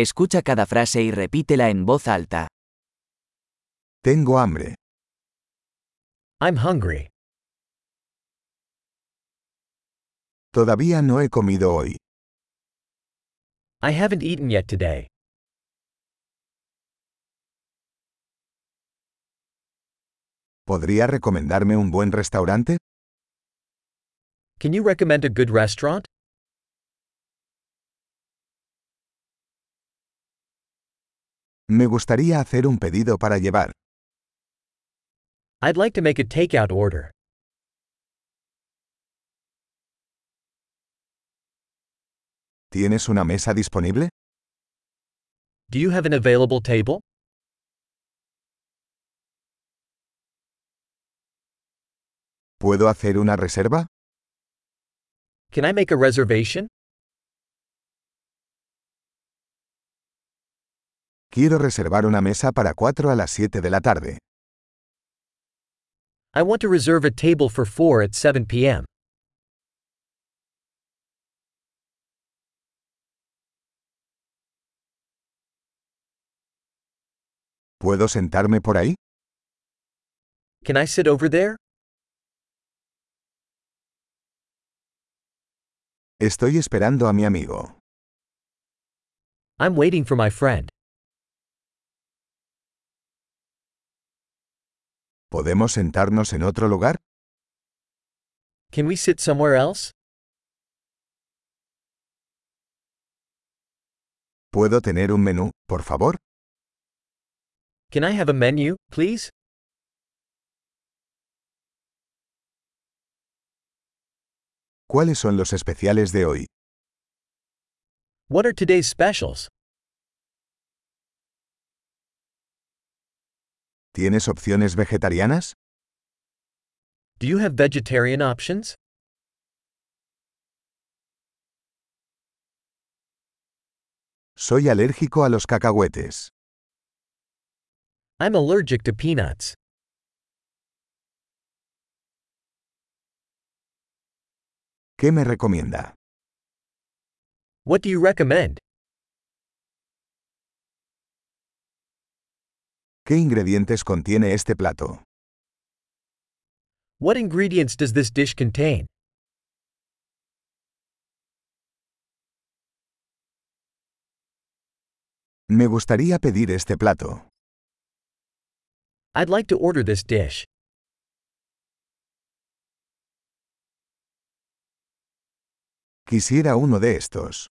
Escucha cada frase y repítela en voz alta. Tengo hambre. I'm hungry. Todavía no he comido hoy. I haven't eaten yet today. ¿Podría recomendarme un buen restaurante? Can you recommend a good restaurant? Me gustaría hacer un pedido para llevar. I'd like to make a takeout order. ¿Tienes una mesa disponible? Do you have an available table? ¿Puedo hacer una reserva? Can I make a reservation? Quiero reservar una mesa para 4 a las 7 de la tarde. I want to reserve a table for 4 at 7 p.m. ¿Puedo sentarme por ahí? Can I sit over there? Estoy esperando a mi amigo. I'm waiting for my friend. ¿Podemos sentarnos en otro lugar? Can we sit somewhere else? ¿Puedo tener un menú, por favor? Can I have a menu, please? ¿Cuáles son los especiales de hoy? What are today's specials? ¿Tienes opciones vegetarianas? Do you have vegetarian options? Soy alérgico a los cacahuetes. I'm allergic to peanuts. ¿Qué me recomienda? What do you recommend? ¿Qué ingredientes contiene este plato? What ingredients does this dish contain? Me gustaría pedir este plato. I'd like to order this dish. Quisiera uno de estos.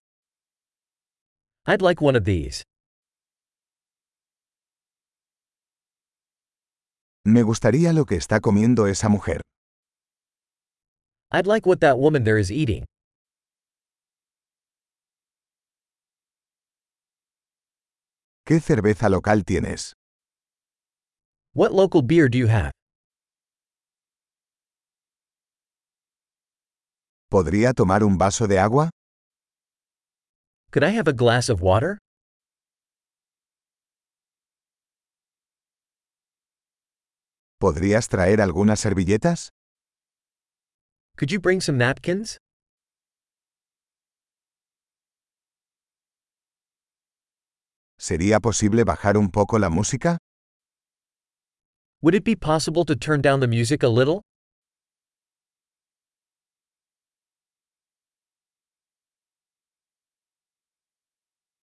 I'd like one of these. Me gustaría lo que está comiendo esa mujer. I'd like what that woman there is eating. ¿Qué cerveza local tienes? What local beer do you have? ¿Podría tomar un vaso de agua? Could I have a glass of water? ¿Podrías traer algunas servilletas? Could you bring some napkins? ¿Sería posible bajar un poco la música? Would it be possible to turn down the music a little?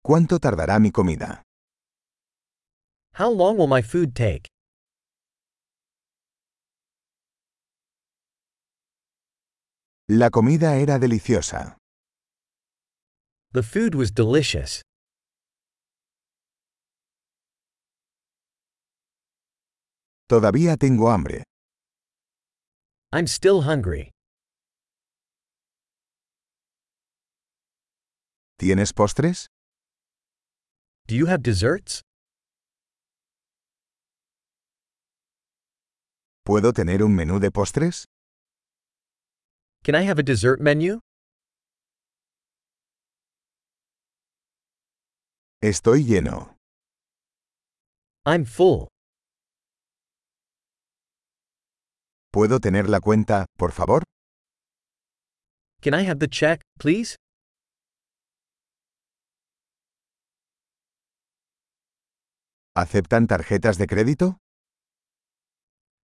¿Cuánto tardará mi comida? How long will my food take? La comida era deliciosa. The food was delicious. Todavía tengo hambre. I'm still hungry. ¿Tienes postres? Do you have desserts? ¿Puedo tener un menú de postres? Can I have a dessert menu? Estoy lleno. I'm full. ¿Puedo tener la cuenta, por favor? Can I have the check, please? ¿Aceptan tarjetas de crédito?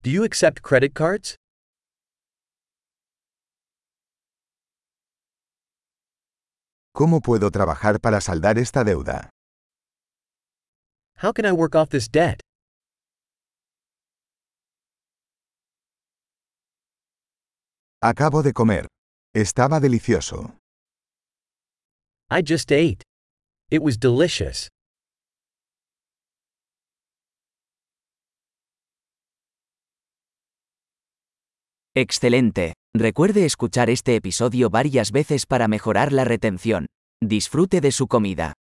Do you accept credit cards? ¿Cómo puedo trabajar para saldar esta deuda? How can I work off this debt? Acabo de comer. Estaba delicioso. I just ate. It was delicious. Excelente. Recuerde escuchar este episodio varias veces para mejorar la retención. Disfrute de su comida.